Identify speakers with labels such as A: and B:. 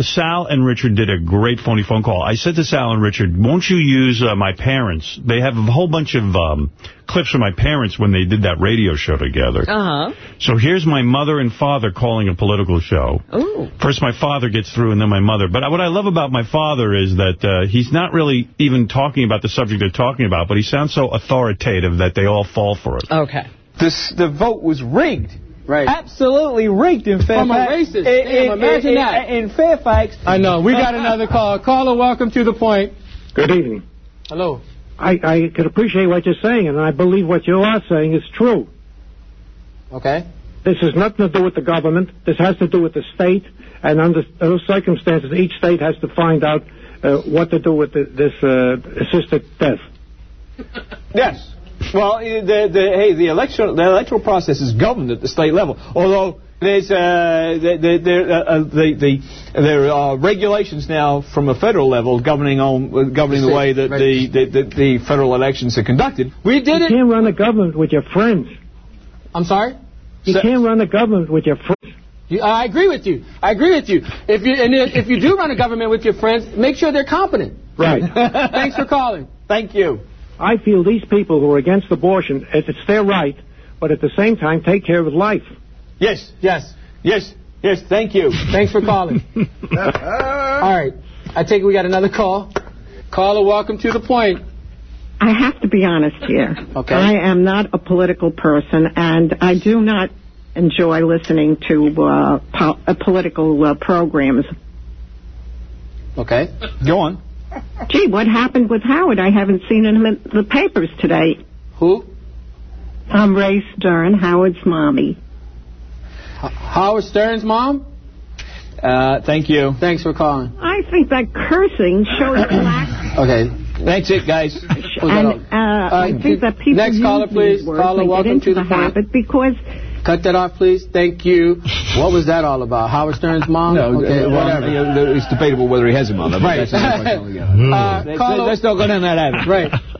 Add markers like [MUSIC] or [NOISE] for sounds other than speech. A: Sal and Richard did a great phony phone call. I said to Sal and Richard, won't you use uh, my parents? They have a whole bunch of um, clips from my parents when they did that radio show together.
B: Oh.
C: Uh-huh.
A: So here's my mother and father calling a political show.
B: Oh.
C: Ooh.
A: First my father gets through and then my mother. But what I love about my father is that uh, he's not really even talking about the subject they're talking about, but he sounds so authoritative that they all fall for it.
C: Okay.
D: This, the vote was rigged.
B: Right.
D: Absolutely rigged in Fairfax.
B: From a racist.
D: In,
B: Damn,
D: in-
B: imagine
D: in-
B: that.
D: In Fairfax.
B: I know. We got another call. Caller, welcome to the point.
E: Good evening.
B: Hello.
E: I, I could appreciate what you're saying, and I believe what you are saying is true.
B: Okay.
E: This has nothing to do with the government. This has to do with the state, and under those circumstances, each state has to find out uh, what to do with the, this uh, assisted death.
D: Yes. Well, eh, the, the, hey, the election, the electoral process is governed at the state level. Although there's uh, the, the, the, uh, uh, the, the, there are regulations now from a federal level governing on uh, governing the way that the, the, the, the federal elections are conducted. We did
E: You
D: it.
E: can't run a government with your friends.
B: I'm sorry?
E: You
D: So-
E: can't run a government with your friends.
B: You, I agree with you. I agree with you. If you and if you do run a government with your friends, make sure they're competent.
E: Right.
B: [LAUGHS] Thanks for calling.
D: Thank you.
E: I feel these people who are against abortion, it- it's their right, but at the same time, take care of life.
D: Yes. Yes. Yes. Yes. Thank you.
B: Thanks for calling. All right. I think we got another call. Caller, welcome to the point.
F: I have to be honest here.
B: Okay.
F: I am not a political person, and I do not enjoy listening to uh, po- uh, political uh, programs.
B: Okay.
D: Go on.
F: Gee, what happened with Howard? I haven't seen him in the papers today.
B: Who?
F: Um, Ray Stern, Howard's mommy.
B: H- Howard Stern's mom?
D: Uh, thank you.
B: Thanks for calling.
F: I think that cursing
B: [CLEARS THROAT]
F: shows lack.
B: Okay.
D: Thanks, it guys.
B: Was that all?
F: And uh, I
B: Uh,
F: think that people
B: next
F: use
B: caller,
F: these
B: please.
F: words
B: Caller,
F: and get
B: welcome
F: into
B: to the
F: the
B: phone.
F: habit because
B: Cut that off, please. Thank you. What was that all about? Howard Stern's mom?
D: No,
B: okay,
D: uh, well,
B: whatever.
D: you know, it's debatable whether he has a mother. but
B: Right.
D: [LAUGHS] That's another question altogether.
B: Uh,
D: Let's-
B: caller,
D: Let's not go down that avenue.
B: right.